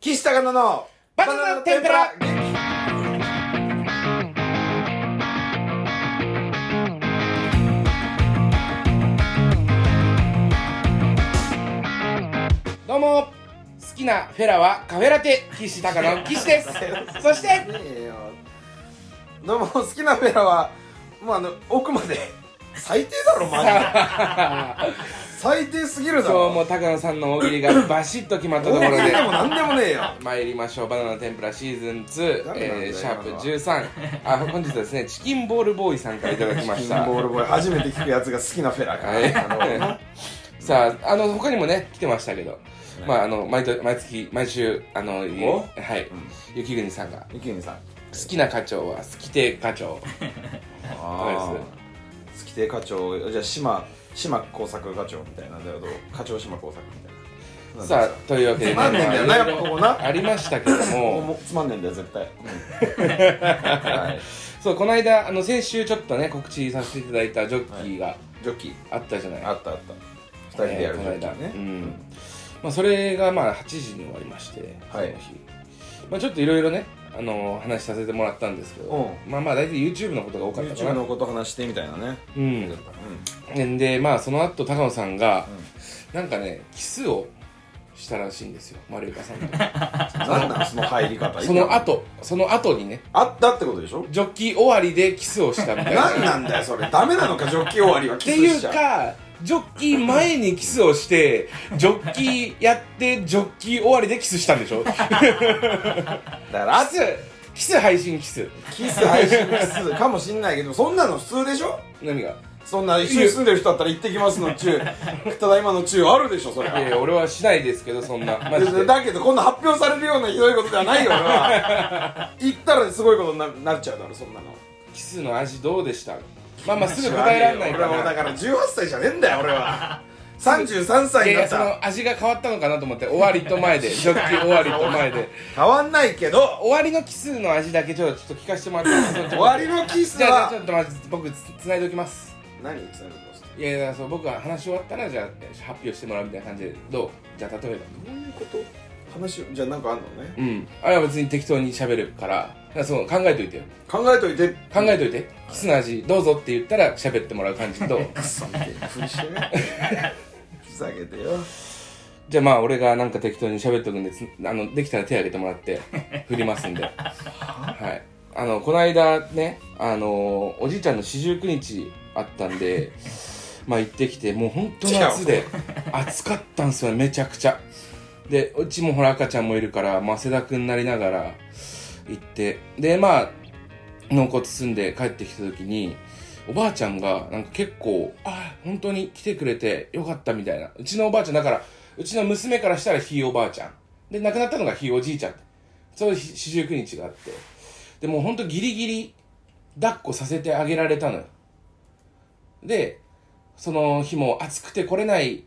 岸高野のバナナの天ぷらどうも好きなフェラはカフェラテ岸高野 岸ですそしてねえよどうも好きなフェラはもうあの奥まで最低だろマジで 最低すぎるだ今ろ日も高野さんの大喜利がバシッと決まったとこ大ろ喜利 ででも何でもねえよ参りましょうバナナの天ぷらシーズン2、ダメなんだえよー、シャープ今のは13あ本日は ですねチキンボールボーイさんからいただきまキしンたボールボーイ初めて聞くやつが好きなフェラかはいあ さああの他にもね来てましたけど、まああの毎度毎月毎週あのいおはい、雪国さんがの池にさん好きな課長は好き亭課長ああ月亭課長じゃあ島島工作課長みたいなだけど課長島工作みたいなさあというわけでつまんねえんだよなやっぱここなありましたけどもうももうつまんねえんだよ絶対、 はい、そうこの間あの先週ちょっとね告知させていただいたジョッキーがジョッキーあったじゃない、あったあった二人でやるジョッキーえーこの間うね、んまあ、それがまあ8時に終わりまして、はいその日、まあ、ちょっといろいろね、あのー話させてもらったんですけど、うまあまあ大体 YouTube のことが多かったか YouTube なのこと話してみたいなねうんんでまあその後高野さんが、なんかねキスをしたらしいんですよ丸岡さん と何なんその入り方その後その後にねあったってことでしょジョッキ終わりでキスをしたみたいな何なんだよそれダメなのかジョッキー終わりはっキてスいしうちゃかジョッキー前にキスをしてジョッキーやってジョッキー終わりでキスしたんでしょキ だからあスキス配信キスキス配信キスかもしんないけどそんなの普通でしょ何がそんな一緒に住んでる人だったら行ってきますの中ただ今の中あるでしょそれいやいや俺はしないですけどそん なマジでだけどこんな発表されるようなひどいことではないよ俺は 行ったらすごいことにななっちゃうだろそんなのキスの味どうでしたまあまあすぐ答えられないか俺はだらから18歳じゃねえんだよ俺は33歳いになやっそたらの味が変わったのかなと思って終わりと 前でジョッキー終わりと前で変わんないけど終わりのキスの味だけちょっとちょっと聞かせてもらっていいですか終わりのキスじゃあじゃあちょはっと待って僕つつないでおきます何言ってたのどいやいやそう僕は話し終わったらじゃあ発表してもらうみたいな感じでどうじゃあ例えばういうこと話をじゃあなんかあんのねうんあれは別に適当に喋るからだからその考えといてよ考えといて 考えといて、キスの味どうぞって言ったら喋ってもらう感じとクソみたいなふりしてねふざけてよじゃあまあ俺がなんか適当に喋っとくんでつあのできたら手挙げてもらって振りますんではいあのこの間ねあのおじいちゃんの四十九日あったんでまあ行ってきてもう本当夏で暑かったんですよめちゃくちゃでうちもほら赤ちゃんもいるから、まあ、汗だくになりながら行ってでまあ納骨包んで帰ってきた時におばあちゃんがなんか結構あ本当に来てくれてよかったみたいなうちのおばあちゃんだからうちの娘からしたらひいおばあちゃんで亡くなったのがひいおじいちゃんそういう四十九日があってでもう本当ギリギリ抱っこさせてあげられたのよでその日も暑くて来れない、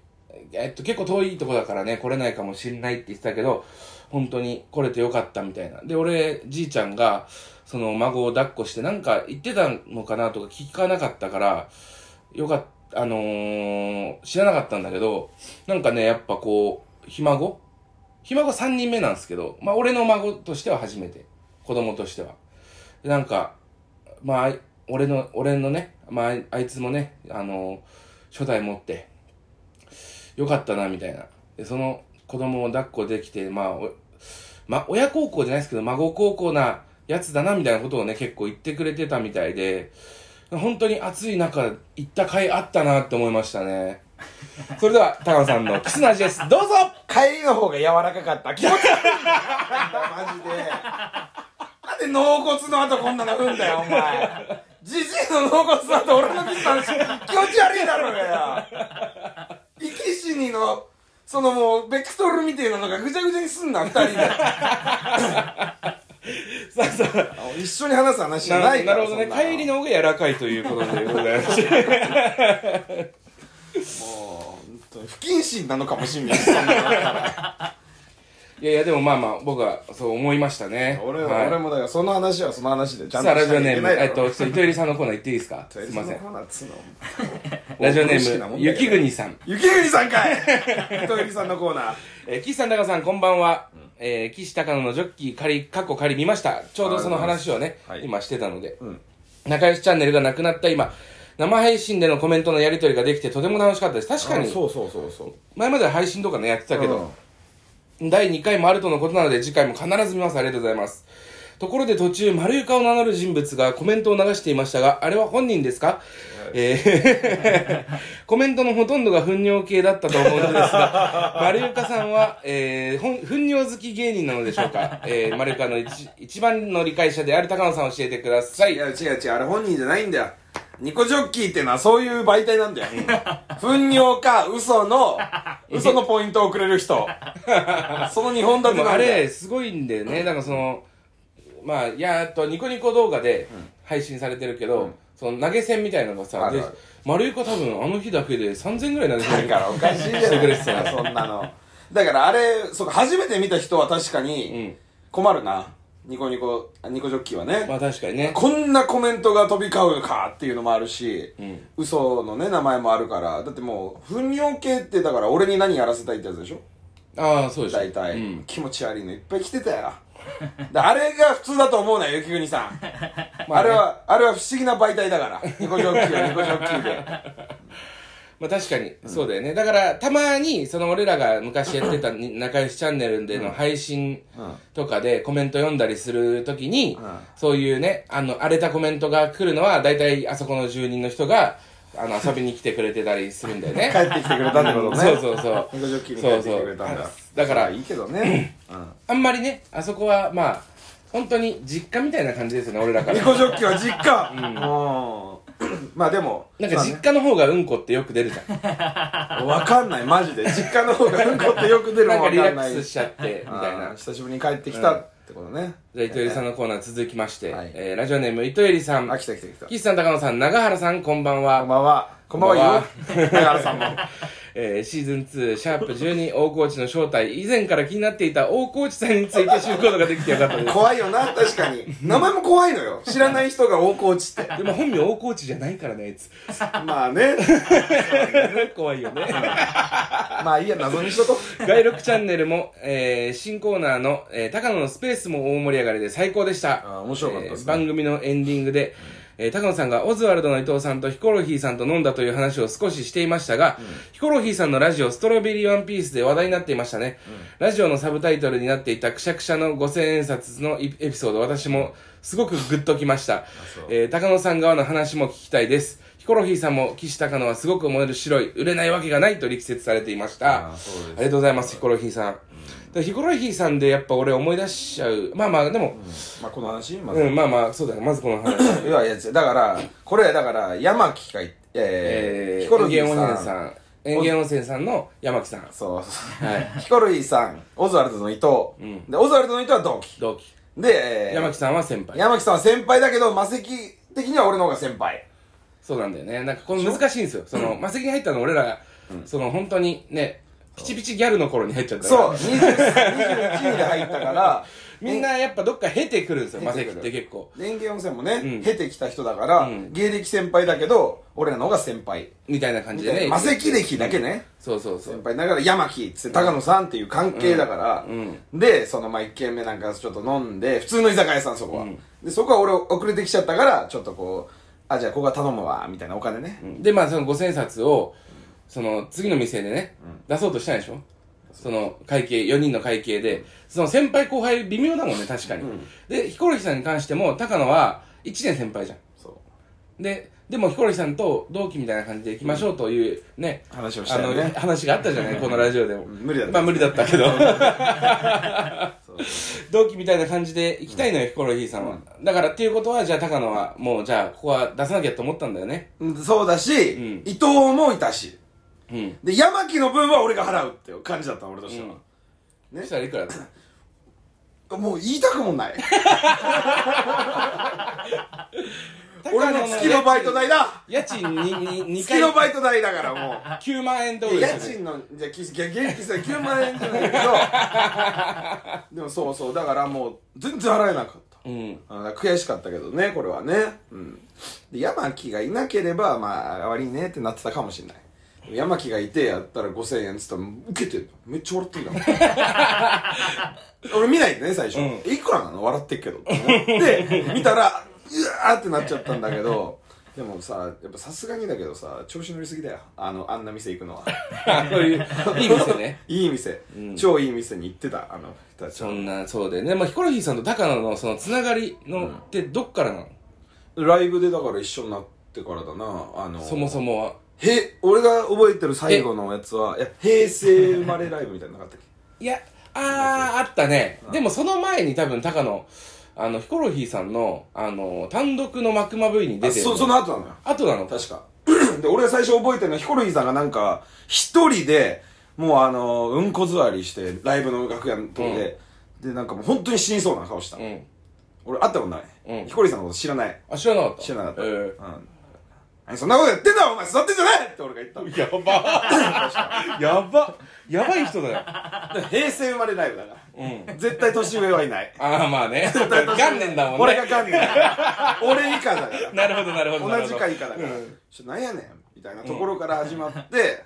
えっと、結構遠いとこだからね、来れないかもしれないって言ってたけど、本当に来れてよかったみたいな。で、俺、じいちゃんが、その孫を抱っこして、なんか言ってたのかなとか聞かなかったから、よかった、あのー知らなかったんだけど、なんかね、やっぱこう、ひ孫ひ孫3人目なんですけど、まあ俺の孫としては初めて。子供としては。でなんか、まああい、俺の、俺のね、まああい、あいつもね、あの、初代持って、よかったな、みたいな。で、その子供を抱っこできて、まあ、おま、親孝行じゃないですけど、孫孝行なやつだな、みたいなことをね、結構言ってくれてたみたいで、本当に暑い中、行った甲斐あったなって思いましたね。それでは、高野さんのキスの味です。どうぞ帰りの方が柔らかかった気持ち悪いマジでなんで納骨の後こんなの踏んだよお前じじいの納骨の後俺のキスの話気持ち悪いだろうがよ生き死にのそのもうベクトルみたいなのがぐちゃぐちゃにすんな二人でさあさあ一緒に話す話じゃなないるからほどね。そんな帰りの方が柔らかいということでご ざいまして。もう本当に不謹慎なのかもしんないそんなのだからいやいや、でもまあまあ、僕はそう思いましたね。俺は、はい俺もだからその話はその話でちゃんとさあ、ラジオネーム、しなきゃえいけなっいだろと、ちょっと糸入さんのコーナー行っていいですかすいませんそ。のコーナーっつうのラジオネ大きなーもム、んだけど雪国さん。雪国さんかい糸入さんのコーナーえー、岸さん、高さん、こんばんは。えー、岸高野のジョッキー仮、過去仮見ました。ちょうどその話をね、はい今してたので。うん仲良しチャンネルがなくなった今、生配信でのコメントのやり取りができてとても楽しかったです。確かあに、そうそうそうそう前までは配信とかね、やってたけど、第2回もあるとのことなので次回も必ず見ますありがとうございますところで途中丸床を名乗る人物がコメントを流していましたがあれは本人ですか、えー コメントのほとんどが糞尿系だったと思うのですが丸床さんは、えーほん糞尿好き芸人なのでしょうか、えー丸床の一一番の理解者である高野さん教えてくださうんいいや違う違うあれ本人じゃないんだよニコジョッキーってのはそういう媒体なん だよ糞尿か嘘の嘘のポイントをくれる 人その日本で立てもなあんだれよすごいんだよねなんかそのまあやーっとニコニコ動画で配信されてるけど、その投げ銭みたいなのがさあるである丸い子多分あの日だけで3000ぐらい投げだ銭からおかしいじゃしてくれてたなよいそんなのだからあれそうか初めて見た人は確かに困るな、ニコニコあニコジョッキーはね、まあ確かにねこんなコメントが飛び交うかっていうのもあるし、ん嘘のね名前もあるからだってもう糞尿系ってだから俺に何やらせたいってやつでしょああそうでしょ大体、うん気持ち悪いのいっぱい来てたよであれが普通だと思うなよ雪国 さん、まああねれはあれは不思議な媒体だからニコジョッキーはニコジョッキーでまあ確かに、そうだよねだからたまにその俺らが昔やってたに仲良しチャンネルでの配信うんとかでコメント読んだりするときに、うんそういうねあの荒れたコメントが来るのは大体あそこの住人の人があの遊びに来てくれてたりするんだよね 帰ってきてくれたんだけどねそうそうそうニコジョッキーに帰ってきてくれたんだそうそうだからいいけど ね、うんあんまりね、あそこはまあ、本当に実家みたいな感じですよね、俺らから ニ。コジョッキーは実家、うんまあでもなんまかあね実家の方がうんこってよく出 るじゃん。わかんない、マジで。実家の方がうんこってよく出るなもんんかわリラかッんない。クスしちゃって、みあーたいな。久しぶりに帰ってきたってことね。じゃあ、糸よりさんのコーナー続きまして、はいえーラジオネーム糸よりさん、あ、来た来た来た。岸さん、高野さん、長原さん、こんばんこんは。ばんは。こんばんはよ。長原さんも。えーシーズン2、シャープ12、大河内の正体、以前から気になっていた大河内さんについて知ることができてよかったです。怖いよな、確かに。名前も怖いのよ。知らない人が大河内って。でも本名大河内じゃないからね、あいつ。 まあね。怖いよね。まあいいや、謎にしとこ外録チャンネルも、えー新コーナーの、えー高野のスペースも大盛り上がりで最高でした。あー面白かったですねえー番組のエンディングで、えー高野さんがオズワルドの伊藤さんとヒコロヒーさんと飲んだという話を少ししていましたが、ヒコロヒーさんのラジオストロベリーワンピースで話題になっていましたね。ラジオのサブタイトルになっていたくしゃくしゃの五千円札のエピソード、私もすごくグッときましたそう。えー高野さん側の話も聞きたいです。ヒコロヒーさんも岸高野はすごく面白い、売れないわけがないと力説されていました。あーそうですありがとうございます、ヒコロヒーさん。でヒコロヒーさんでやっぱ俺思い出しちゃう。まあまあ、でも、う。まあこの話まうず。ん、いまあまあ、そうだね。まずこの話。やいや、だから、これだから、山木がい、 えー、えー、ヒコロヒ園芸温ー泉ささん。ん。園芸温泉さんの山木さん。そうはい。ヒコロヒーさん、オズワルドの伊藤。で、オズワルドの伊藤は同期。同期。で、えー山木さんは先輩。山木さんは先輩だけど魔石的には俺の方が先輩そうなんだよね。なんかこの難しいんですよ。その、魔石に入ったの俺らが、その本当にね、ピチピチギャルの頃に入っちゃったかそうら。 20 21位で入ったからみんなやっぱどっか経てくるんですよ、魔石っ経てくてる結構。連携温泉もね、うん経てきた人だから、うん芸歴先輩だけど俺らの方が先輩みたいな感みじたでいね。な魔石歴だけねそうそうそ先う。輩だから山木っつって高野さんっていう関係だから、うんでそのまあ1軒目なんかちょっと飲んで普通の居酒屋さんそこは、でそこは俺遅れてきちゃったからちょっとこうあじゃあここは頼むわみたいなお金ね、でまあその五千冊をその次の店でね、出そうとしたんでしょその会計4人の会計でその先輩後輩微妙だもんね確かに、でヒコロヒーさんに関しても高野は1年先輩じゃんそうででもヒコロヒーさんと同期みたいな感じで行きましょうというね、話をしあたよのね話があったじ ゃないこのラジオでも無理だったまあ無理だったけど そう同期みたいな感じで行きたいのよヒコロヒーさんは、だからっていうことはじゃあ高野はもうじゃあここは出さなきゃと思ったんだよねうんそうだし、ん伊藤もいたしうんで山木の分は俺が払うっていう感じだったの俺としては、そしたらいくらだったもう言いたくもない 俺の月高野のバイト代だ家賃にに2月回のバイト代だからもう9万円どうでで家すよね賃のじゃあき現金さ9万円じゃないけどでもそうそうだからもう全然払えなかったうんあだから悔しかったけどねこれはね、うん、で山木がいなければまああわりねってなってたかもしれない山木がいてやったら5000円っつったら受けてるめっちゃ笑ってんだもん俺見ないでね最初、ういくらなの笑ってっけどって思って見たらうわーってなっちゃったんだけどでもさやっぱさすがにだけどさ調子乗りすぎだよあのあんな店行くのはそういう、いい店ね。 いい店、うん超いい店に行ってたあの人たちそんな、そうで。ね、まあ、ヒコロヒーさんと高野のそのつながりの、ってどっからなのライブでだから一緒になってからだなあのそもそもは。へ俺が覚えてる最後のやつはいや平成生まれライブみたいなのなかったっけいや、あー、あったね。でもその前に多分高野、あの、ヒコロヒーさんの、あの、単独のマクマ V に出あてる。そその後なのよ後なの確か で俺が最初覚えてるのはヒコロヒーさんがなんか一人でもうあのうんこ座りしてライブの楽屋のとこで、でなんかもう本当に死にそうな顔した、うん。俺会ったことない、うんヒコロヒーさんのこと知らないあ、知らなかった。知らなかった、えうん何そんなことやってんだお前座ってんじゃないって俺が言った えや ばやばやばい人だよ。で平成生まれライブだからうん。絶対年上はい ないああ、ま あね。元年だもんね。俺が元年だから俺以下だからなるほど、なるほど。なる同ほじどか以下だから、ちょなんやねんみたいなところから始まって、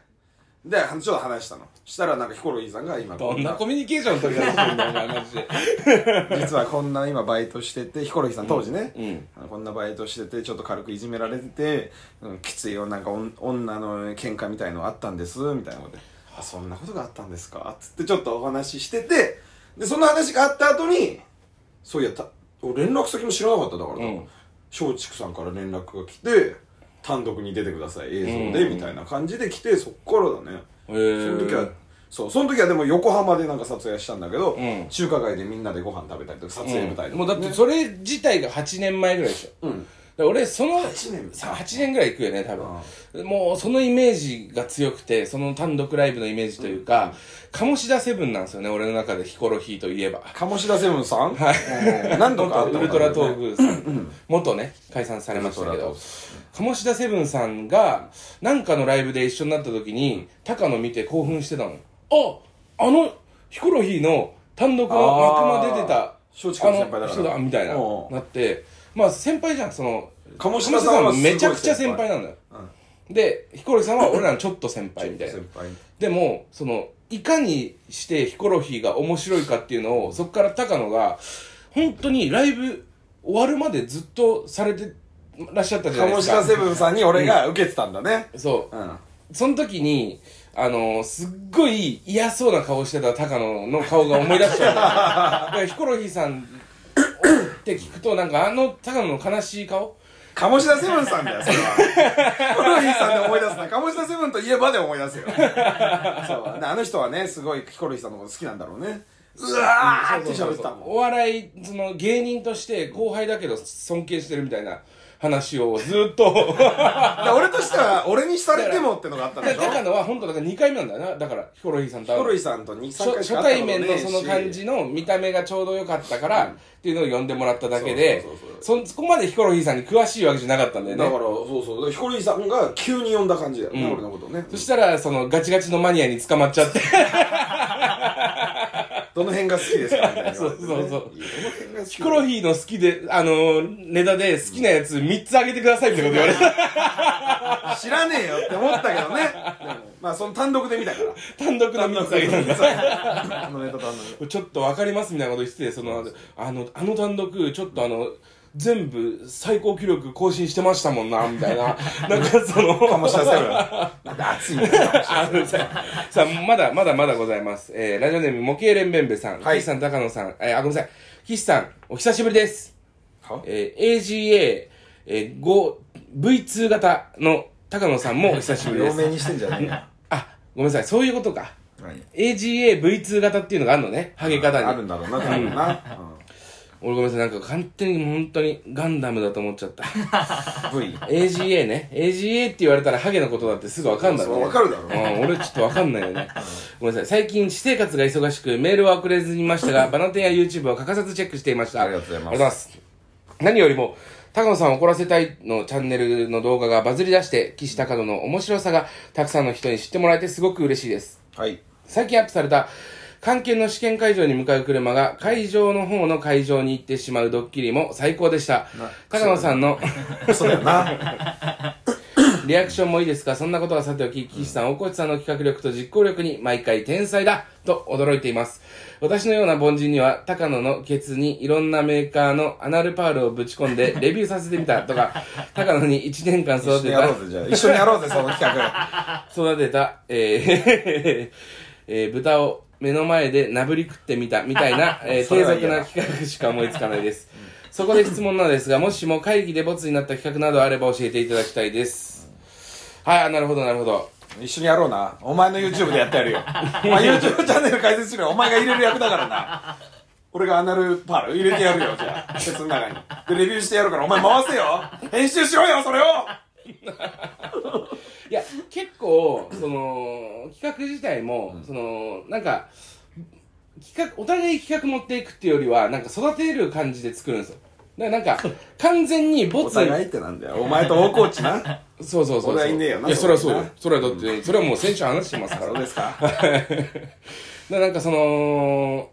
でちょっと話したのしたらなんかヒコロヒーさんが今どんなこコミュニケーション取り出してんだよ、お前、マジで。んな実はこんな今バイトしててヒコロヒーさん当時ね、うん。あのこんなバイトしててちょっと軽くいじめられてて、うん、きついよなんかおん女の喧嘩みたいのあったんですみたいなことで「あそんなことがあったんですか」つってちょっとお話ししててでその話があった後にそういやた俺連絡先も知らなかっただからうん松竹さんから連絡が来て単独に出てください映像で、うんみたいな感じで来てそっからだねえそのー時はそうその時はでも横浜でなんか撮影したんだけど、うん中華街でみんなでご飯食べたりとか撮影舞台とかね、もうだってそれ自体が8年前ぐらいでしょだかうんら俺その8年さ8年ぐらい行くよね多分もうそのイメージが強くてその単独ライブのイメージというか、鴨志田セブンなんですよね俺の中でヒコロヒーといえば鴨志田セブンさんはい。何度かあったウルトラトークさん元ね解散されましたけど鴨志田セブンさんがなんかのライブで一緒になった時に高野見て興奮してたのああのヒコロヒーの単独の幕間出てた松竹の先輩だあかのら。人だみたいなうんなってまあ先輩じゃんその鴨志鴨田志さ田んははめちゃくちゃ先輩なんだようんでヒコロヒーさんは俺らのちょっと先輩みたいな先輩。でもそのいかにしてヒコロヒーが面白いかっていうのをそこから高野が本当にライブ終わるまでずっとされてらっしゃったじゃない鴨です志か田セブンさんに俺が受けてたんだね。そううん。その時に、あのすっごい嫌そうな顔してた高野の顔が思い出しち ゃう。だからヒコロヒーさんって聞くと、なんかあの高野の悲しい顔鴨志田セブンさんだよ、それは。ヒコロヒーさんで思い出すな。鴨志田セブンといえばで思い出すよ。そう。であの人はね、すごいヒコロヒーさんのこと好きなんだろうね。うわーって喋ってたもん。お笑い、その芸人として後輩だけど尊敬してるみたいな話をずっと。で俺としては、俺にされてもってのがあったんでしでょ高野は本当だから2回目なんだよな。だからヒコロヒーさんとヒ会コうのロヒーさんと2、初3回し初か会ったこと対面ねのえしその感じの見た目がちょうど良かったから、っていうのを呼んでもらっただけでそうそうそうそそこまでヒコロヒーさんに詳しいわけじゃなかったんだよねだから、そうそう。でヒコロヒーさんが急に呼んだ感じだよね、うん俺のことをね。そしたら、その、ガチガチのマニアに捕まっちゃ って。どの辺が好きですかみたいな。 そうそうそうどの辺が好きヒコロヒーの好きで、あのーネタで好きなやつ3つあげてくださいってこと言われた。知らねえよって思ったけど ね。でもまあ、その単独で見たから。単独の3つあげたんだ。だ。あのネタ単独。ちょっとわかりますみたいなこと言ってて、その、あの、あの単独、ちょっとあの、全部最高記録更新してましたもんな、みた いな。なんかその、かもしれませんよ。なんで熱いんだよ。あのさ、さあ、まだ、まだまだございます。えー、ラジオネーム、模型連弁べさん。はい岸さん、高野さん。えー、あ、ごめんなさい。岸さん、お久しぶりです。はえー AGA、えー、5 V2 型の高野さんもお久しぶりで両す。面にしてんじゃないよ。あ、ごめんなさい、そういうことか。何 AGA、V2 型っていうのがあるのね、ハゲ方に。あるんだろうな、多分な。俺ごめんなさい、なんか勝手に本当にガンダムだと思っちゃった。うん V。 AGA ね。AGA って言われたらハゲのことだってすぐわかんだろうね。そうそうわかるだうん、俺ちょっとわかんないよね。 ごめんなさい。最近、私生活が忙しく、メールは送れずにいまし たが、バナテンや YouTube は欠かさずチェックしていました。ありがとうございますあります何よりも、高野さんを怒らせたいのチャンネルの動画がバズり出して、岸高野の面白さがたくさんの人に知ってもらえてすごく嬉しいです。はい。最近アップされた、関係の試験会場に向かう車が会場の方の会場に行ってしまうドッキリも最高でしたな。高野さんの、そうだよな。リアクションもいいですかそんなことはさておき、岸さん、大越さんの企画力と実行力に毎回天才だと驚いています。私のような凡人には、高野のケツにいろんなメーカーのアナルパールをぶち込 んでレビューさせてみたとか、高野に1年間一緒に育てやたろうぜ、じゃあ。一緒にやろうぜ、その企画。育てた、えーえー 豚を目の前でなぶり食ってみたみた いな、えーそれ低は嫌俗だな企画しか思いつかないです。そこで質問なんですが、もしも会議でボツになった企画などあれば教えていただきたいです。はい、あなるほど、なるほど。一緒にやろうな。お前の YouTube でやってやる よ。お前 YouTube チャンネル解説しろよ。お前が入れる役だからな。俺がアナルパール入れてやるよ、じゃあ。説の中に。で、レビューしてやるから、お前回せよ。編集しろよ、それを。いや、結構、その、企画自体も、その、なんか、企画、お互い企画持っていくっていうよりは、なんか育てる感じで作るんですよ。だからなんか、完全にボおツ、互いってなんだよ。お前と大河内な。そうそうそうそう。俺はいねえよないや、それはそうそこよにな。それはだって、それはもう先週話してますかそら。うだかですか。らなんかその、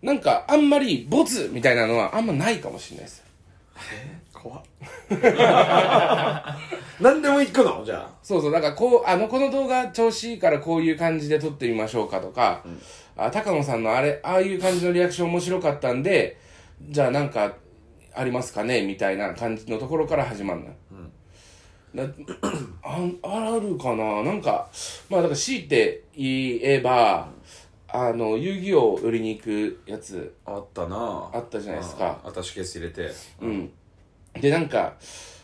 なんかあんまりボツみたいなのはあんまないかもしれないです。怖っ 何でも行くのじゃそうそう、なんかこう、あの、この動画調子いいからこういう感じで撮ってみましょうかとか、あ、高野さんのあれ、ああいう感じのリアクション面白かったんで、じゃあなんかありますかねみたいな感じのところから始まるのよ。だああるかななんか、まあだから強いて言えば、あの、遊戯王を売りに行くやつ、ああったなあったじゃないですかあ私ケース入れてうん。で、なんか、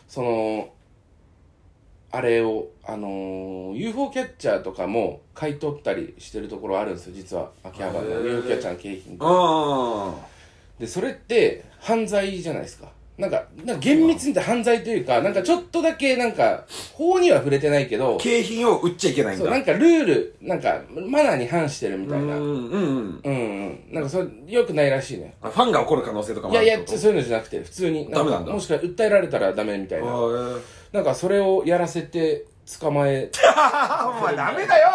その、あれを、あのー UFO キャッチャーとかも買い取ったりしてるところあるんですよ、実は。秋葉原へのー UFO キャッチャーの景品。あで、それって犯罪じゃないですか。なんか、なんか厳密に言って犯罪というか、なんかちょっとだけ、なんか、法には触れてないけど、景品を売っちゃいけないんだそう、なんかルール、なんか、マナーに反してるみたいな。ううんんうんうんうん。なんか、それ、良くないらしいね。あファンが怒る可能性とかいもあるやっいや、てことそういうのじゃなくて、普通に。かダメなんだもしくは訴えられたらダメみたいな。あえなんかそれをやらせて捕まえあお前ダメだよ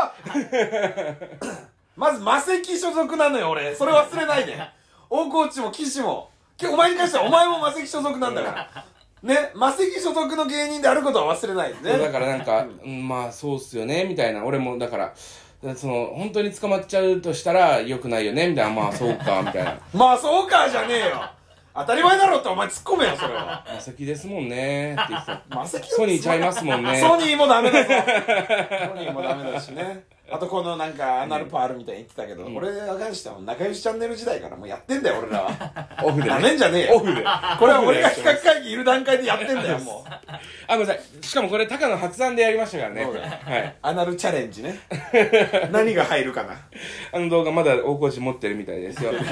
まず魔石所属なのよ俺それ忘れないで大河内も岸も今日お前に関してはお前も魔石所属なんだからね魔石所属の芸人であることは忘れないでねだからなん か、うんまあそうっすよねみたいな俺もだからその本当に捕まっちゃうとしたらよくないよねみ たいなまあそうかみたいなまあそうかじゃねえよ当たり前だろってお前突っ込めよそれは「マセキですもんね」って言って たマセキソニーちゃいますもんねソニーもダメだ ぞソニーもダメだしねあとこのなんかアナルパールみたいに言ってたけど、俺が関してはもう仲良しチャンネル時代からもうやってんだよ俺らはオ フでダメんじゃねえよオフでこれは俺が企画会議いる段階でやってんだよもうあごめんなさいしかもこれ高野発案でやりましたからねそうだよはいアナルチャレンジね何が入るかなあの動画まだ大河内持ってるみたいで すよ、はい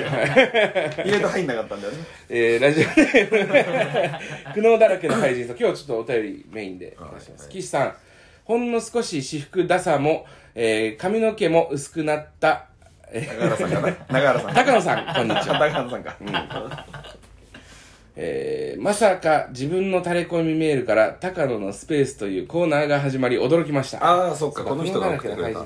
意外と入んなかったんだよねえー、ラジオネーム苦悩だらけの怪人さん今日ちょっとお便りメインでお願いします、はい岸さんほんの少し私服ダサも、えー髪の毛も薄くなった、え永原さんかな永原さんー高野さんこんにちは永原さんか、えーまさか自分の垂れ込みメールから高野のスペースというコーナーが始まり驚きましたああそっかこの人が送ってくれた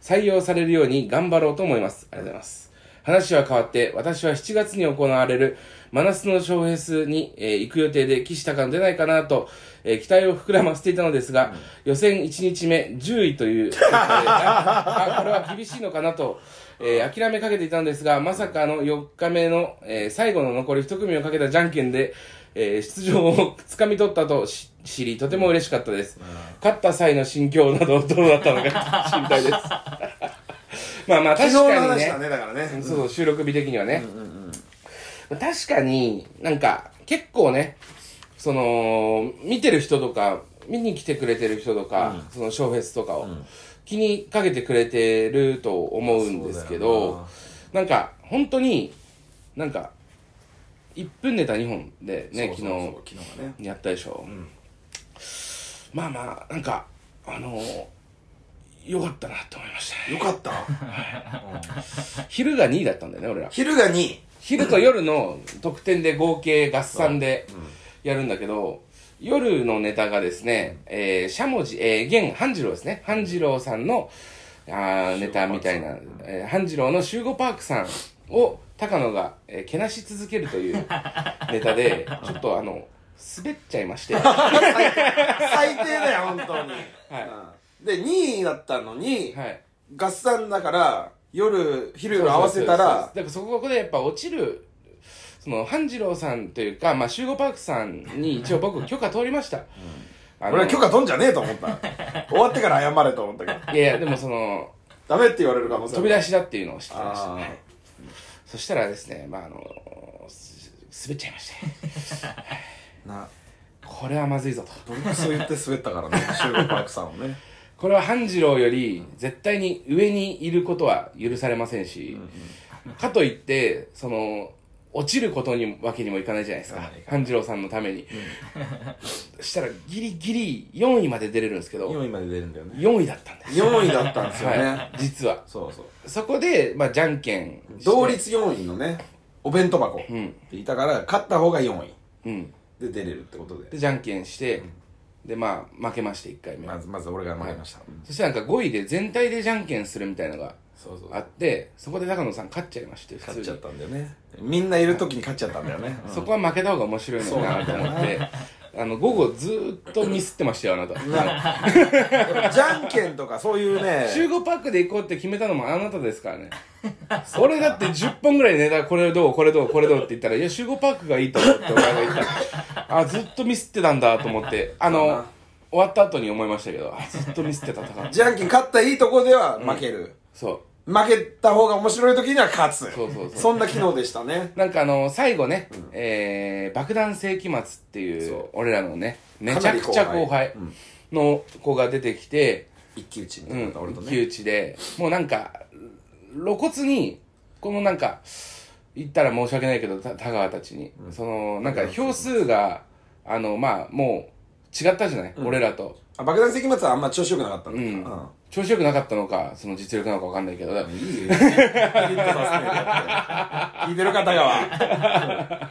採用されるように頑張ろうと思いますありがとうございます話は変わって私は7月に行われる真夏のショーフェスに、えー行く予定で岸高野出ないかなと、えー期待を膨らませていたのですが、予選1日目10位という結果でああこれは厳しいのかなと、えー諦めかけていたのですがまさかの4日目の、えー最後の残り1組をかけたじゃんけんで、えー出場をつかみ取ったとし知りとても嬉しかったです、勝った際の心境などどうだったのか心配ですまあまあ昨日確のかに話ねだねだからねそうそう収録日的にはね、確かになんか結構ねその見てる人とか見に来てくれてる人とか、そのショーフェスとかを、気にかけてくれてると思うんですけどなんか本当になんか1分ネタ2本でねそうそうそう昨日がね昨日やったでしょ、まあまあなんかあのーよかったなと思いましたねよかった昼が2位だったんだよね俺ら昼が2昼と夜の得点で合計合算でやるんだけど、夜のネタがですね、えー、しゃもじ、えー、現半次郎ですね。半次郎さんの、あーネタみたいな、えー、半次郎の集合パークさん を高野が、えーけなし続けるというネタで、ちょっとあの、滑っちゃいま して、最低だよ本当に、はうんで2位だったのに、はい。合算だから夜昼夜合わせたそうらそうそうだからそこでやっぱ落ちる、その、半次郎さんというか、まあ、集合パークさんに一応僕許可通りました。あの俺は許可取んじゃねえと思 った終わってから謝れと思ったけどいやいや、でも その、ダメって言われる可能性飛び出ししだっていうのを知ってました、あね。そしたらですね、まあ、あの、す滑っちゃいまして、あなこれはまずいぞと。ドリックスを言って滑った からね中国パークさんをねこれは半次郎より絶対に上にいることは許されませんし、かといってその落ちることにわけにもいかないじゃないですはいいかかない半次郎さんのために、 そしたらギリギリ4位まで出れるんですけど4位まで出るんだよね4位だったんです、 4位だったんですよね、はい、実はそうそうそこで、まあ、じゃんけんして同率4位のねお弁当箱、うんでいたから勝った方が4位うんで出れるってことででじゃんけんして、でまあ負けまして1回目、まずまず俺が参りました、そしたらなんか5位で全体でじゃんけんするみたいなのがそうそうあってそこで高野さん勝っちゃいまして普勝通っにちゃったんだよねみんないる時に勝っちゃったんだよね、そこは負けた方が面白いのかなと思って、あの、午後ずーっとミスってましたよ、あなた。やっぱじゃんけんとかそういうね集合パックで行こうって決めたのもあなたですからね。俺だって10本ぐらいネタこれどうこれどうこれどうって言ったら、いや、集合パックがいいと思ってお前が言った。あ、ずっとミスってたんだと思って、あそうだのな、終わった後に思いましたけど、あずっとミスってたとか。 じゃんけん勝ったいいとこでは負ける、そ負けた方が面白い時には勝つそうそうそうんな機能でしたねう。なんかあの、最後ね、えー、爆弾世紀末っていそうう、俺らのね、めちゃくちゃかなり後後輩輩の子が出てきて、一騎打ちみたう、いなんこと俺と一騎ね打ちで、もうなんか、露骨に、このなんか、言ったら申し訳ないけど、た田川たちに、その、なんか票数が、あの、まあ、もう、違ったじゃない、俺らと。あ爆弾石松はあんま調子よくなかったんだうん調子良くなかったのか、その実力なのかわかんないけど、だうん、いいよピリッとさせて 聞いてる方がは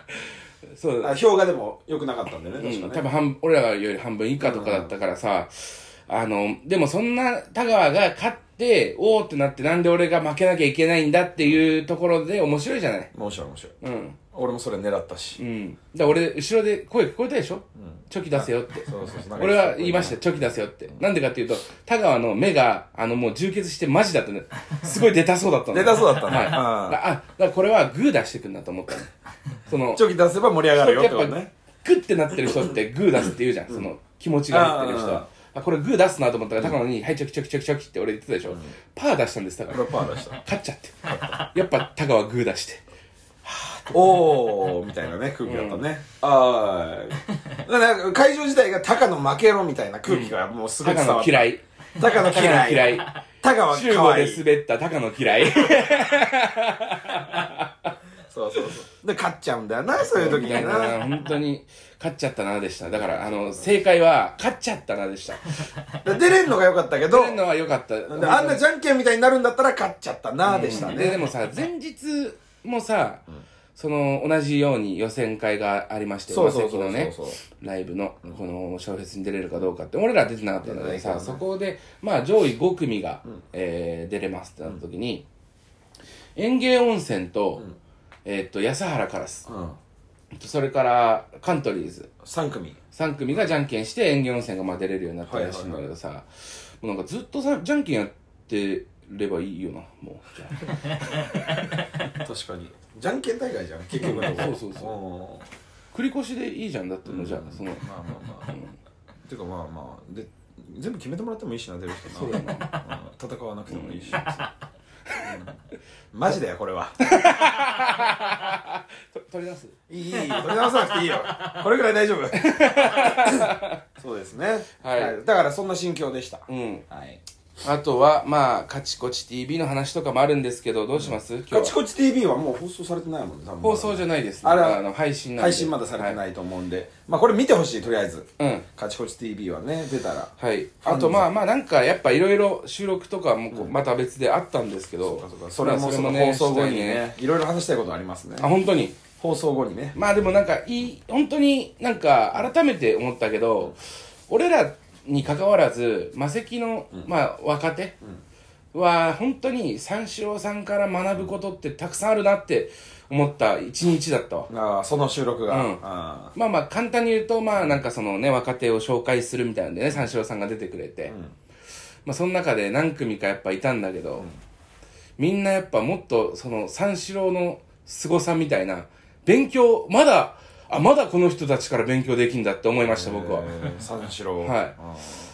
そう、あ票がでも良くなかったんだよねう確ん、か多ね、分半、俺らより半分以下とかだったからさ、あの、でもそんな田川が勝って、おーってなって、なんで俺が負けなきゃいけないんだっていうところで面白いじゃない面白い面白いうん。俺もそれ狙ったし、うん。だから俺、後ろで声聞こえたでしょ、チョキ出せよって。そうそうそう俺は言いましたよ、チョキ出せよって。なんでかっていうと、田川の目が、あの、もう充血してマジだ ったね。すごい出たそうだったの。出たそうだったねはい。うんあ、だからこれはグー出してくんだと 思ったの。その、チョキ出せば盛り上がるよってことやっねぱグッてなってる人って グー出すって言うじゃん、その気持ちが入ってる人あーあはあこれグー出すなと思ったから高野に「はいチョキチョキチョキチョキ」って俺言ってたでしょ、パー出したんですだから俺はパー出した勝っちゃってやっぱ高はグー出しておーみたいなね空気だったね、ああだからなんか会場自体が高野負けろみたいな空気がもうすごい高伝わ野って嫌い高野高野 嫌い嫌いい高野か中国わいでい滑った高野嫌いそうそうそうで勝っちゃうんだよなそういう時 みにたいなな本当に勝っちゃったなでしただからあの正解は勝っちゃったなでしたで出れんのが良かったけど出るのは良かったであんなじゃんけんみたいになるんだったら勝っちゃったなでしたででね、もさ前日もさ、その同じように予選会がありましてそ馬うそう席そうそうのねそうそうライブのこの小説に出れるかどうかって俺ら出てなかったんだけど出てないさからそねこでまあ上位5組が、えー出れますってなった時に、園芸温泉と,、えーっと安原カラスうん、それからカントリーズ3組3組がじゃんけんして園芸温泉がまあ出れるようになったらしいんだけどさ、もうなんかずっとさじゃんけんやってればいいよなもうじゃあ 確かにじゃんけん大会じゃん結局のところ そうそうそうそ繰り越しでいいじゃんだってもうじゃあそのまあまあまあ、てかまあまあで全部決めてもらってもいいしな出る人なそうだうん戦わなくてもいいし、うんマジだよこれはと取り出すいいいい取り直さなくていいよこれぐらい大 丈夫そうですねはいだからそんな心境でした、うんはい、あとはまあ「カチコチ TV」の話とかもあるんですけどどうします、今日カはチコチ TV はもう放送されてないもんね多分放送じゃないですねあらの配信なんで配信まだされてはないと思うんで、まあこれ見てほしいとりあえず、うんカチコチ TV はね出たらはいあとまあまあなんかやっぱいろいろ収録とかもこうまた別であったんですけど、それまあもそのね放送後にしたいねいろいろ話したいことありますねあ本当に放送後にねまあでもなんかいい本当になんか改めて思ったけど俺らに関わらずマセキの、まあ若手は本当に三四郎さんから学ぶことってたくさんあるなって思った一日だったわああその収録が、うんあまあまあ簡単に言うとまあなんかそのね若手を紹介するみたいなんでね三四郎さんが出てくれて、んまあその中で何組かやっぱいたんだけど、みんなやっぱもっとその三四郎の凄さみたいな勉強まだあまだこの人たちから勉強できんだって思いました僕はえー三四郎、 はいうん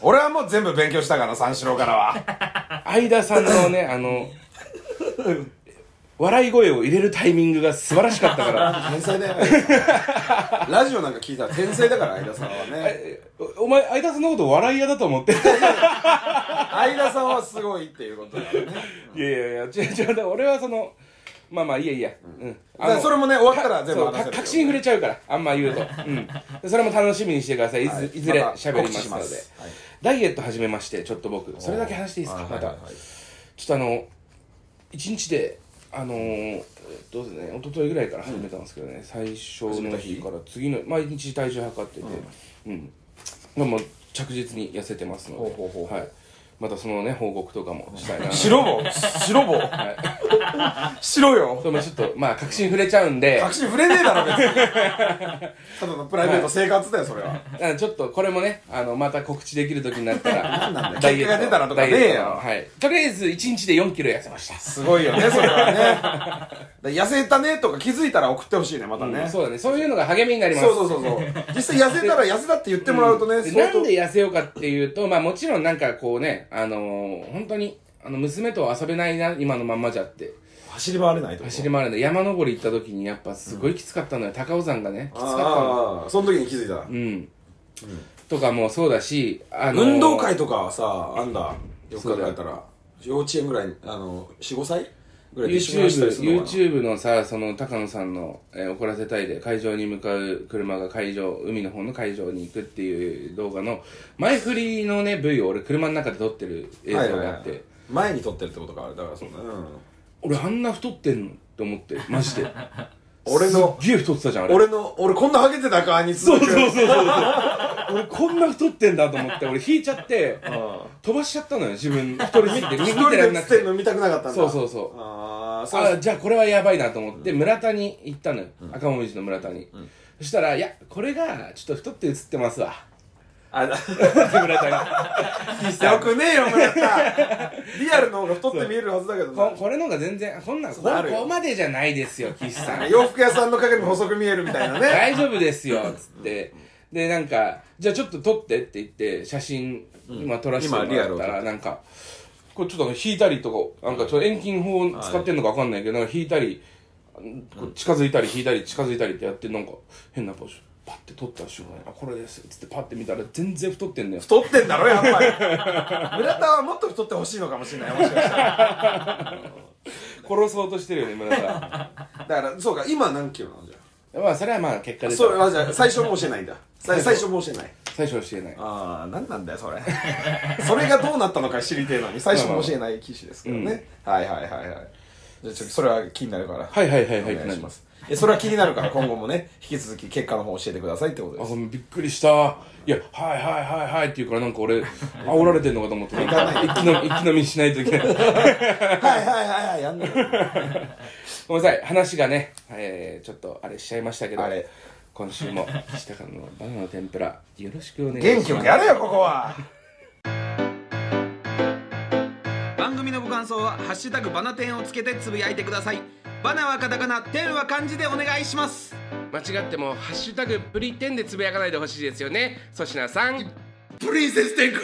俺はもう全部勉強したから三四郎からは相田さんのねあの笑い声を入れるタイミングが素晴らしかった から天才だよラジオなんか聞いたら天才だから相田さんはねえおお前相田さんのこと笑い屋だと思って相田さんはすごいっていうことだよねいやいやいや、違う違う、だ俺はその、まあまあ、いやいや、うん。だからそれもね終わったら全部そう話せかる確信触れちゃうから、あんま言うと。うん。それも楽しみにしてください。いはいずいずれまた喋りますの告知でし。はいダイエット始めまして、ちょっと僕、それだけ話していいですか、あまはたは。いちょっとあの、一日で、あのー、えっとですね、一昨日ぐらいから始めたんですけどね、最初の日から次の、毎日体重測ってて、うん。でも着実に痩せてますので、ほうほうほうほうはい。またそのね、報告とかもした いな。白棒白棒白よそうまあちょっと、まあ、確信触れちゃうんで、確信触れねえだろ別にただのプライベート生活だよそれはあちょっとこれもね、あの、また告知できる時になったんなんだら、よ結果が出たらとかねえよダイエットのはい。とりあえず、1日で4キロ痩せました。すごいよねそれはねだから痩せたねとか気づいたら送ってほしいねまたね、うんそうそうだね。そういうのが励みになります。そうそうそう実際痩せたら痩せたって言ってもらうとね、で相な当んで痩せようかっていうと、まあもちろんなんかこうね、あのー本当に、あの、娘と遊べないな、今のまんまじゃって。走り回れないとか走り回るんで、山登り行った時にやっぱすごいきつかったのよ。高尾山がね、きつかったの。ああその時に気づいた、うん。とかもそうだし、あのー運動会とかはさあんだよくそう考だよえたら幼稚園ぐらいあの45歳ぐらいで一緒に走ったり YouTube, するのかな YouTube のさその高野さんの、えー怒らせたい」で会場に向かう車が会場海の方の会場に行くっていう動画の前振りのね V を俺車の中で撮ってる映像があって、はいはいはい前に撮ってるってことかだからそうだね、俺あんな太ってんのって思ってマジで 俺のすっげえ太ってたじゃんあれ俺の俺こんなハゲてたかにそ続うくそうそうそうそう俺こんな太ってんだと思って俺引いちゃって飛ばしちゃったのよ自分太りすぎて一見人てらんでな釣っくてんての見たくなかったんだそうそうそうああそうあじゃあこれはやばいなと思って村田に行ったのよ、赤もみじの村田に、そしたら「いやこれがちょっと太って映ってますわ」あ って村田がよくねえよ村田リアルの方が太って見えるはずだけどこなこれのが全然こんなんこうなるよこまでじゃないで すよ岸さん洋服屋さんの陰に細く見えるみたいなね大丈夫ですよつってでなんか「じゃあちょっと撮って」って言って写真今撮らせても今リアらルっをた撮っらてなんかこれちょっと引いたりとかなんかちょっと遠近法使ってんのか分かんないけどなんか引いたりこう近づいたり引いたり近づいたりってやってなんか変なポーズパッて撮った瞬間に「あこれです」つってパッて見たら全然太ってんだよ太ってんだろやっぱり 村田はもっと太ってほしいのかもしれないもしかしたら殺そうとしてるよね村田だからそうか今何キロなんじゃ まあそれはまあ結果でそれはじゃあ最初も教えないんださい最初も教えない最初は教えないああ何なんだよそれ それがどうなったのか知りてえのに最初も教えない騎士ですけどね、はいはいはいはいじゃあちょっとそれは気になるからはいはいはいはいお願いしますえそれは気になるから今後もね引き続き結果の方教えてくださいってことあ ですごめんびっくりしたいや「はいはいはいはい」って言うからなんか 俺煽られてんのかと思ってなんか一気飲み一気飲みしないといけない はいはいはいはいやんなごめんなさい話がね、えー、ちょっとあれしちゃいましたけどあれ今週も岸高のバナナの天ぷらよろしくお願いします元気よくやれよここは番組のご感想は「ハッシュタグバナテン」をつけてつぶやいてくださいバナはカタカナテンは漢字でお願いします間違っても「ハッシュタグプリテン」でつぶやかないでほしいですよね粗品さんプリンセステン君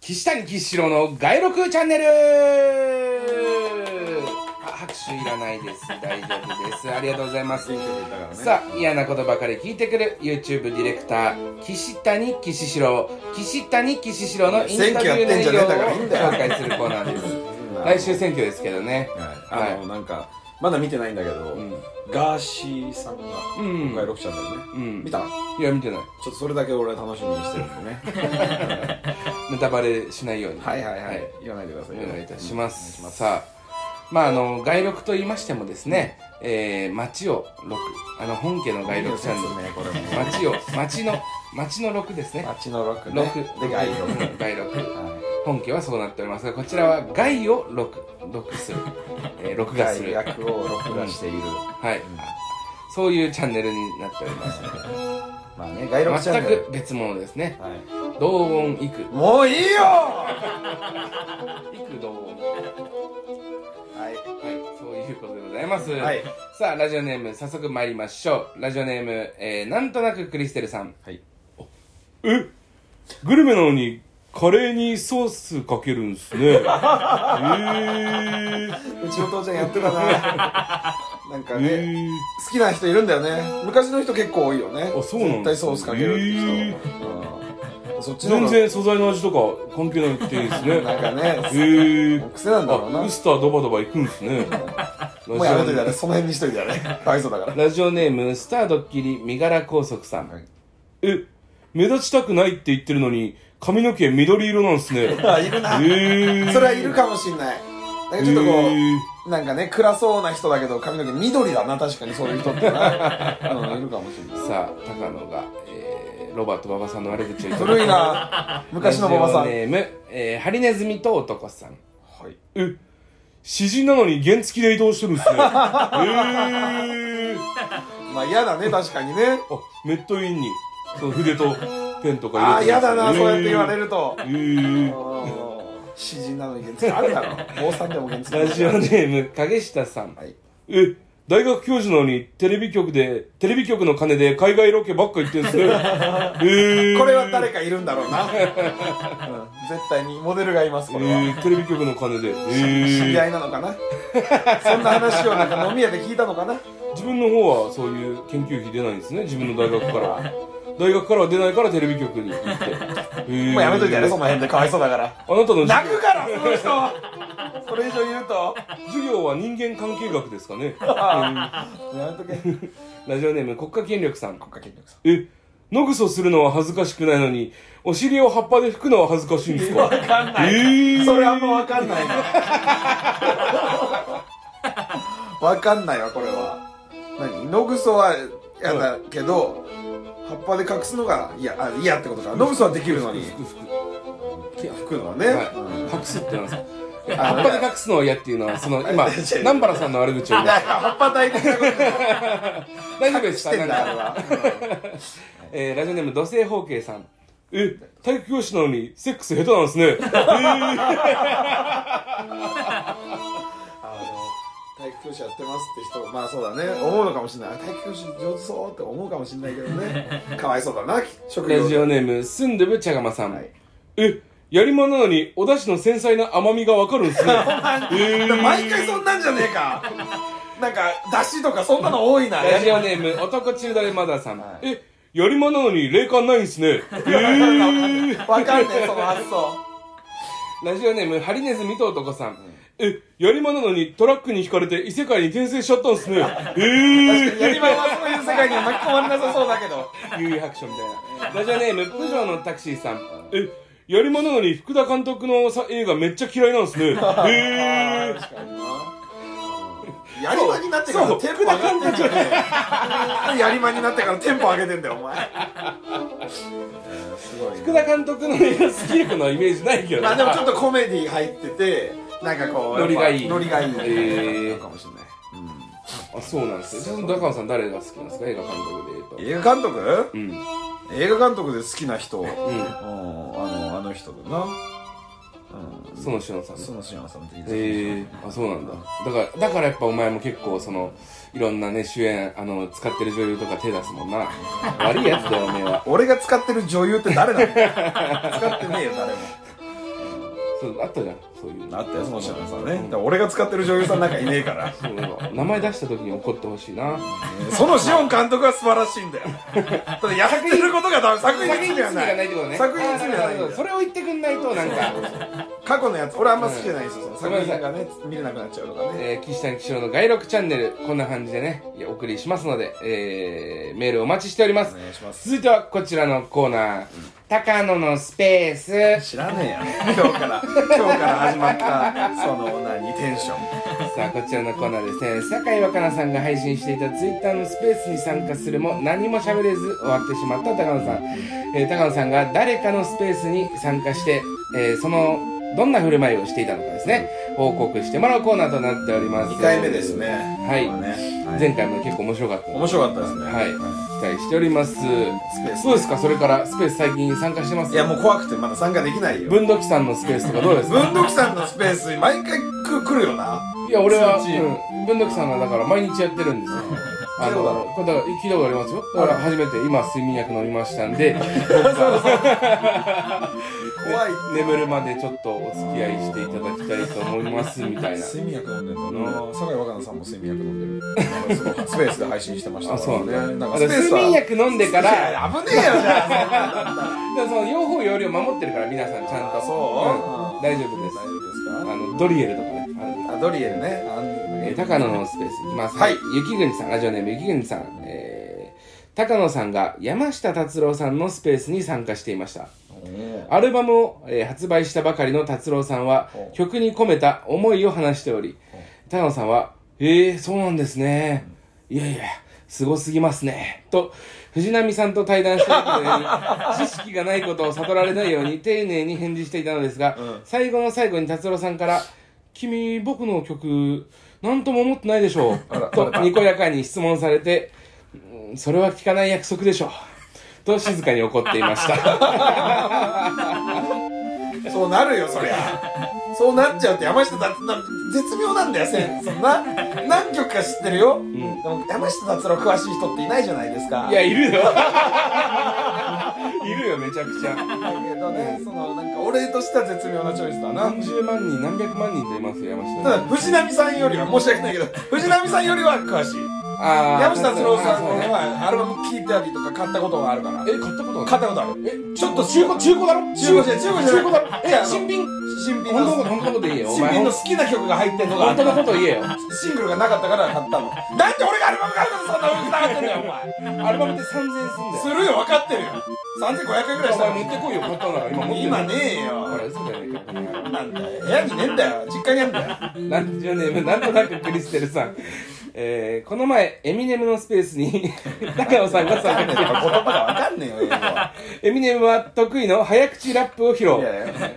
岸谷岸四郎の外録チャンネルあ拍手いらないです大丈夫ですありがとうございます、さあ嫌なことばかり聞いてくる YouTube ディレクター岸谷岸四郎岸谷岸四郎のインタビュー内容を紹介するコーナーです来週選挙ですけどねはい、あのなんかまだ見てないんだけど、ガーシーさんが今回6チャンネルね、うん見たちいや見てないょっとそれだけ俺は楽しみにしてるんでね ネタバレしないようにはいはいはい、言わないでくださいお願いいたしますさあまああの街録と言いましてもですね、えー町を録あの本家の街録さんのねこれも町を町の町の録ですね街のロック ね録で概要うん街録本家はそうなっておりますがこちらは街を録録 する、えー録画す概る略を録画しているはいそういうチャンネルになっておりますまあね概録チャン全ネルく別物ですねはい同音異句もういいよ異句同音はいはい、そういうことでございます。はいさあ、ラジオネーム、早速参りましょう。ラジオネーム、えー、なんとなくクリステルさん。はいえグルメなのに、カレーにソースかける んすね。えー、うちの父ちゃんやってたな なんかね好きな人いるんだよね昔の人結構多いよねあそうなん絶対ソースかけるって人、へうんそっちの方が素材の味とか関係なくていいですねなんかねえ癖なんだろうなタードバドバいくんです ね。もうやめといたねその辺にしといた ねかわいそうだからラジオネーム、スタードッキリ、身柄拘束さん。はいえ、目立ちたくないって言ってるのに、髪の毛緑色なん すね。あいるなえー、それはいるかもしんないなんかちょっとこう、えーなんかね暗そうな人だけど髪の毛緑だな確かにそういう人って な、うん、いるかもしんないさあ、高野が、えー、ロバート馬場さんの悪口を言って古いな昔の馬場さん、ラジオネーム、えー、ハリネズミと男さん。はい、え、詩人なのに原付きで移動してるん すね。えー、まあ嫌だね確かに ねあ、メットインに、その筆とペンとかああー入れて嫌だな、そうやって言われる。るとえーうん詩人なのに原付あるだろ坊さんでも原付ラジオネーム、影下さん。はいえ、大学教授なのにテレビ局で、テレビ局の金で海外ロケばっか行ってんす ね。えー、これは誰かいるんだろうな、うん、絶対にモデルがいますこえれは、ー、テレビ局の金で。え知り合ー、いなのかなそんな話をなんか飲み屋で聞いたのかな自分の方はそういう研究費出ないんですね、自分の大学からは。大学からは出ないからテレビ局に行って。えーもうやめといてやれその辺でかわいそうだからあなたの授泣くからその人それ以上言うと授業は人間関係学ですかね。やめとけ国ラジオネーム国家権力さん。家権力さんえ、のぐそするのは恥ずかしくないのに、お尻を葉っぱで拭くのは恥ずかしいんですかわかんない。えー、それあんまわかんないなわかんないわこれは何野ぐそは嫌だけど、葉っぱで隠すのがいやあいやってことか野ぐそはできるのに拭く拭く拭くのはね、はい、隠すってなんですかえあ葉っぱで隠すのは嫌っていうのはその今 違う南原さんの悪口をい や葉っぱ大的なことじゃない大丈夫でししたてなんんだあれか、はえー、ラジオネーム土星方形さんえ体育教師なのにセックス下手なんですねあの体育教師やってますって人まあそうだね思うのかもしれない体育教師上手そうって思うかもしれないけどねかわいそうだな職ラ業ジでオネームスンドゥブ茶釜さん、はいえやりまんなのにお出汁の繊細な甘みがわかるんですねえー毎回そんなんじゃねえかなんか出汁とかそんなの多いなラジオネーム男中だれマザーさん、はえやりまんなのに霊感ないんです ねえーわかんねえその発想 ラジオネーム、ハリネズミと男さん。え、やりまなのにトラックに引かれて異世界に転生しちゃったんすね。 えー、やりまんはそういう世界には巻き込まれなさそうだけど悠々白書みたいな。ラジオネーム、プジョーのタクシーさん。え、やりまなのに福田監督のさ映画めっちゃ嫌いなん すね。えー、確かになやりまんになってからそうテンポ上げてんじゃねえよやりまんになってからテンポ上げてんだよお前すごい福田監督の映画好きな子のイメージないけどまあねでもちょっとコメディ入っててなんかこうノリがいいやっぱノリがいいえーのかもしれないあ、そうなんですよ。じゃあ、高野さん誰が好きなんですか映画監督で言うと。映画監督うん。映画監督で好きな人うんうあん。のあの人だなうんそのしのさんね。園島さんって言ってたえー、あそうなんだだからだからやっぱお前も結構そのいろんなね主演あの使ってる女優とか手出すもんな悪いやつだよお前は俺が使ってる女優って誰なの使ってねえよ誰もそうあったじゃんそういうあったよ園島さんね、うだんから俺が使ってる女優さんなんかいねえからそうだわ名前出した時に怒ってほしいな園志音監督は素晴らしいんだよただやってることがダメ作品に罪はがないってことね作品に罪はないあーなるほどそれを言ってくんないとなんか過去のやつ俺あんま好きじゃないですよ、そのごめ作んなさ品いがね見れなくなっちゃうとかねえー、岸谷紀章の外録チャンネル、こんな感じでね、お送りしますので、えー、メールお待ちしております。お願いします続いてはこちらのコーナー、高野のスペース。知らねえよ今日から今日から始まったその何テンションさあ、こちらのコーナーですね、酒井若菜さんが配信していたツイッターのスペースに参加するも何も喋れず終わってしまった高野さん。えー、高野さんが誰かのスペースに参加して、えー、その、どんな振る舞いをしていたのかですね、報告してもらうコーナーとなっております。 2回目です。ねはい今ねはい前回も結構面白かったので面白かったですねはい、期待しております。ペースどうですか、それからスペース最近参加してます。いやもう怖くてまだ参加できないよ文土器さんのスペースとかどうですか。文土器さんのスペースに毎回く来るよないや、俺は、通知うん、文土器さんはだから毎日やってるんですよ。あそうだろの、これだから、聞いたことありますよ。だから、初めて今睡眠薬飲みましたんで。 怖い眠るまでちょっとお付き合いしていただきたいと思いますみたいな。睡眠薬飲んでんだな酒井若菜さんも睡眠薬飲んでる なんかすごいスペースで配信してましたあ、かそうらなんねなだ。だんかからスペース睡は眠薬飲んでかいやいら、や危ねえよじゃあそんなんだったらでもその用法用量守ってるから、皆さんちゃんと。あそううん大丈夫大です丈。夫あですの、ドリエルとかね。あかるあドリエルねあえー高野のスペースいきます。はい雪国さん、ラジオネーム雪国さん。えー、高野さんが山下達郎さんのスペースに参加していました。アルバムを、えー発売したばかりの達郎さんはほう曲に込めた思いを話しており、高野さんは、えー、そうなんですね。いやいや、すごすぎますね。と、藤波さんと対談している のに、知識がないことを悟られないように丁寧に返事していたのですが、うん最後の最後に達郎さんから、君、僕の曲、なんとも思ってないでし ょう。と、にこやかに質問されて、うんそれは聞かない約束でしょう。と、静かに怒っていました。そうなるよそりゃそうなっちゃうって山下達郎絶妙なんだよせんそんな何曲か知ってるよ、でも山下達郎詳しい人っていないじゃないですかいや、いるよ。 いるよ、めちゃくちゃ。だけどねそのなんか俺としては絶妙なチョイスだな何十万人、何百万人といますよ、山ただ下。藤波さんよりは申し訳ないけど藤波さんよりは詳しいあー山下達郎さんそうねはアルバム聴いたりとか買ったことがあるからえ、買ったこと買買ったことあるえ、ちょっと中古、中古だろ中古じゃない中古じゃない中古だろいやあえ、の新品新品本当ののこと、本当のことでいいよ。お新前品のほん好きな曲が入ってんのがあ本る当のこと言えよ。シングルがなかったから買ったのなんで俺がアルバム買うことそんな上手くなかったんだよお前アルバムって3000円すんだよ。するよ分かってるよ3500円ぐらいしおた前の持ってこいよ、買ったんだから。今持って今ねえほら、よ嘘じゃねえか。なんだよ部屋にねえんだよ実家にあんだよラジオネーム、なんとなくクリステルさん。えー、この前、エミネムのスペースに、 高野さんが 参加して言葉が分かんねえよ英語はエミネムは得意の早口ラップを披い露やいや。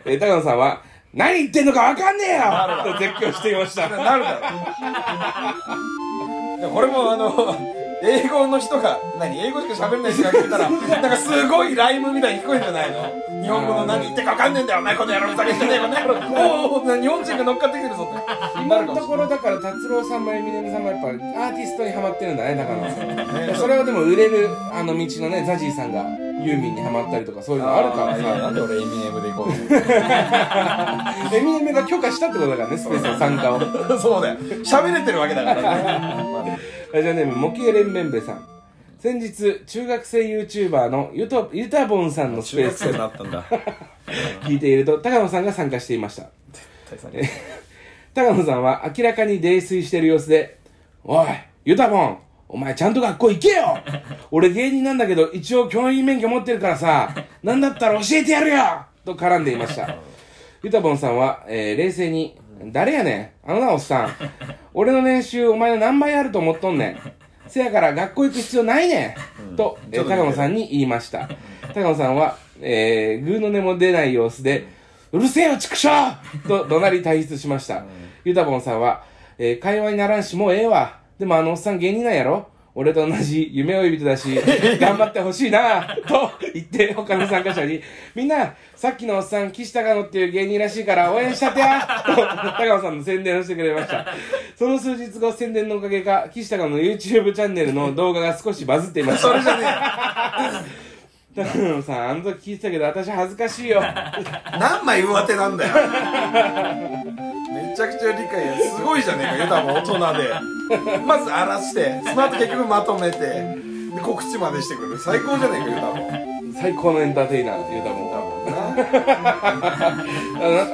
えー高野さんは、何言ってんのかわかんねえよと絶叫していました。なるだろでも俺もあの英語の人が何英語しか喋れない人が聞いたらなんかすごいライムみたいに聞こえるんじゃないの日本語の何言ってか分かんねえんだよお前この野郎ふざけんじゃねえこの野郎おーおー日本人が乗っかってきてるぞってな今るかのもとしころだから達郎さんもエミネムさんもやっぱアーティストにハマってるんだね高野れさんないそれはでも売れるあの道のねザジーさんがユーミンにハマったりとかそういうのあるからいやなんさで俺エミネムで行こうと エミネムが許可したってことだからねスペースの参加を思う そうだよ喋れてるわけだからね ラジオネームモキエレンベンベさん先日中学生 YouTuber のゆとゆたぼんさんのスペースをだったん だ聞いていると高野さんが参加していました 高野さんは明らかに泥酔している様子で、おい、ユタボン、お前ちゃんと学校行けよ 俺芸人なんだけど一応教員免許持ってるからさ、なんだったら教えてやるよと絡んでいま した。ユタボンさんは、えー冷静に、誰やねんあのなおっさん。俺の年収お前の何倍あると思っとんねん。せやから学校行く必要ないねん。と、えー高野さんに言いました。高野さんは、えー、ぐうの音も出ない様子で、うるせえよ、畜生と怒鳴り退出しました。ユタボンさんは、えー会話にならんし、もうええわ。でもあのおっさん芸人なんやろ俺と同じ夢追い人だし、頑張ってほしいなと言って、他の参加者に、みんな、さっきのおっさん、岸高野っていう芸人らしいから応援したってやと、高野さんの宣伝をしてくれました。その数日後、宣伝のおかげか、岸高野の YouTube チャンネルの動画が少しバズっていました。それじゃね高野さん、あの時聞いてたけど、私恥ずかしい よ。え何枚上手なんだよめちゃくちゃ理解やすごいじゃねえかユタも大人でまず荒らしてその後結局まとめてで告知までしてくる最高じゃねえかユタも最高のエンターテイナー、ユタボン。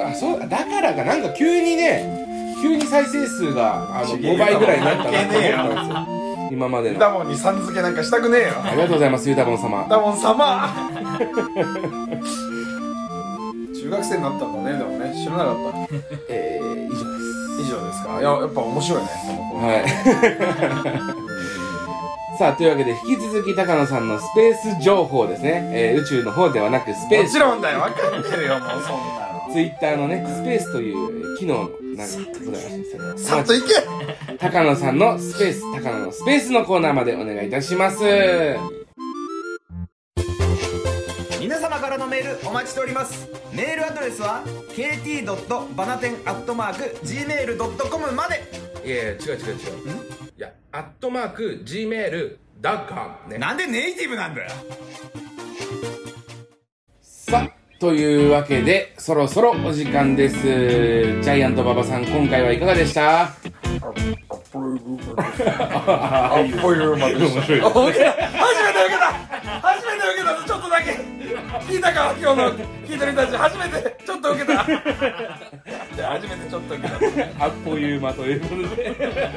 なあそうだからかなんか急にね急に再生数があのちげえよ5倍ぐらいになったなと関係ねえよ思ったんですよ今までユのタボンにさん付けなんかしたくねえよありがとうございますゆたぼんユ様タボン様中学生になったんだねでもね知らなかったえー、以上です以上ですかいややっぱ面白いねこの子はいさあというわけ で引き続き高野さんのスペース情報ですね、えー宇宙の方ではなくスペーもスちろんだよ分かってるよもうそんなのツイッターのね、スペースという機能なんかございまして、そされっといけ高野さんのスペース、高野のスペースのコーナーまでお願いいたします。皆様からのメールお待ちしておりますメールアドレスは kt. バナテン .gmail.com までいやいや、違う違う違う。いや、アットマーク、gmail、ダッカンね。なんでネイティブなんだよさあ、というわけで、そろそろお時間です。ジャイアント馬場さん、今回はいかがでしたあっぽいルーマでしたあ受けた初めて受けた初めて受けたぞちょっとだけ聞いたか今日の聞いてる人たち初めてちょっと受けたで初めてちょっと受けたあっぽいう間ということで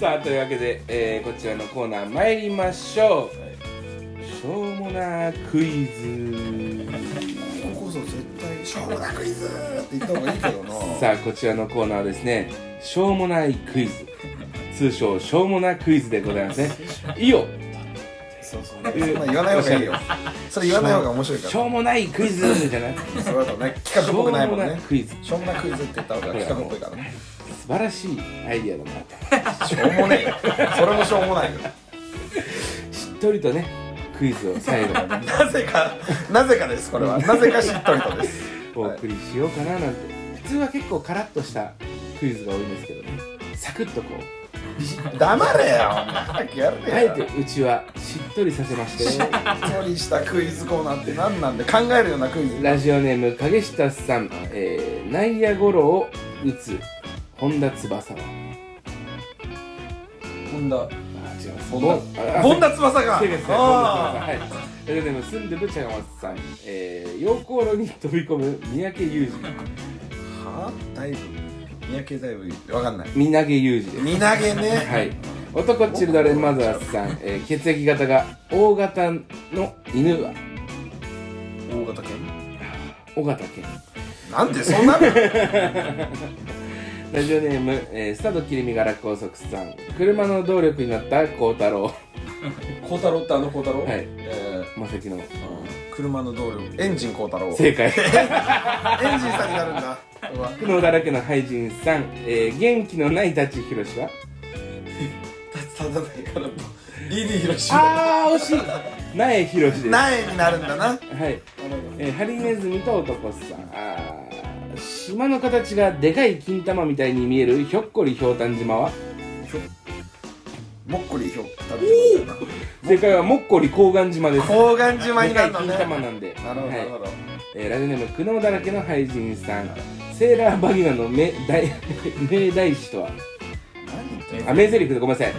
さあというわけで、えーこちらのコーナー参りましょう、しょうもなクイズここそ絶対「しょうもなクイズ!」って言った方がいいけどなさあこちらのコーナーはですねしょうもないクイズ通称しょうもなクイズでございますねいいよそうそうそんな言わない方がいいよそれ言わない方が面白いかしょうもないクイズじゃなくらそうだとねて企画しっぽょうくないももんなねクイズしょうもなクイズって言った方が企画っぽいからね素晴らしいアイディアだなしょうもねえよそれもしょうもないよしっとりとねクイズを最後までなぜかなぜかですこれはなぜかしっとりとですお送りしようかななんて、普通は結構カラッとしたクイズが多いんですけどねサクッとこう黙れよお前早くやるあねえよてうちはしっとりさせまして処理したクイズコーナーって何なんで考えるようなクイズラジオネーム影下さん、えー、内野ゴロを打つ本田翼は本田あ違います本ああ田本田翼が正解ですねあはいラジオネームすんでぶちゃがまつさん、えー、陽光炉に飛び込む三宅裕ーはあだいぶ三宅だいぶわかんない二三宅裕二です身投げはねい男チルドレンマザーズさん、えー、血液型が O 型の犬は大型犬尾形健なんでそんなのラジオネーム、えー、スタド切り身柄高速さん車の動力になった幸太郎孝太郎ってあの孝太郎はいえまさきのーうん車の動力エンジン孝太郎エンジ正解ンさんにな るんだうわ苦悩だらけのハイジンさん、えー、元気のない舘ひろしはただだから DD 広島あー惜しい苗ひろしですは、苗になるんだないえー、ハリネズミと男さんあー島の形がでかい金玉みたいに見えるひょっこりひょうたん島はもっこりひょ食べてもらう正解はもっこり高岩島です高岩島でにかなるいの金ね玉なんでなるほどなるほはいど、えーラジオネーム苦悩だらけの俳人さんセーラーバギナの名大 名大師とは何言ってんのあ名台詞でごめんなさい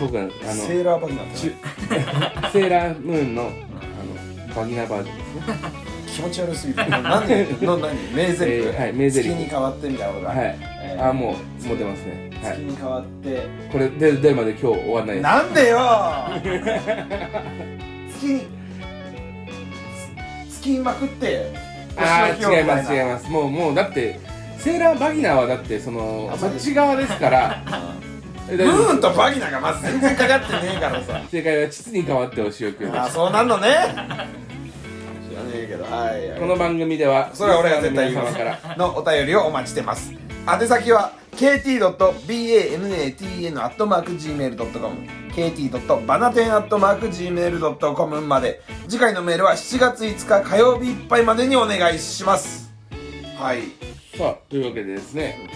僕はあのセーラーバギナーってちゅセーラームーンのあのバギナバージョンですね気持ち悪すぎて何の何名ゼリえフ、ーはい名台詞月に変わってみたいなことがはい、えーあもうモテますねは月いに変わって、これ出る出るまで今日終わらないですなんでよ月につ月にまくってあ星の日をあ違いまみすた違いなますもうもうだってセーラーバギナはだってそのあそっち側ですから え大丈ム夫ーンとバギナがまず全然かかってねえからさ正解は膣に変わってお仕置きをああそうなんのね知らねえけどはい、はい、この番組ではそれは俺が絶対言い皆ま様すからのお便りをお待ちしてます宛先は kt.banatn.gmail.com kt.banaten.gmail.com まで次回のメールは7月5日火曜日いっぱいまでにお願いしますはいさあというわけでですね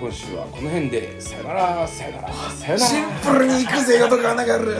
今週はこの辺でさよならさよならさよなシらンプルに行くぜよとかながる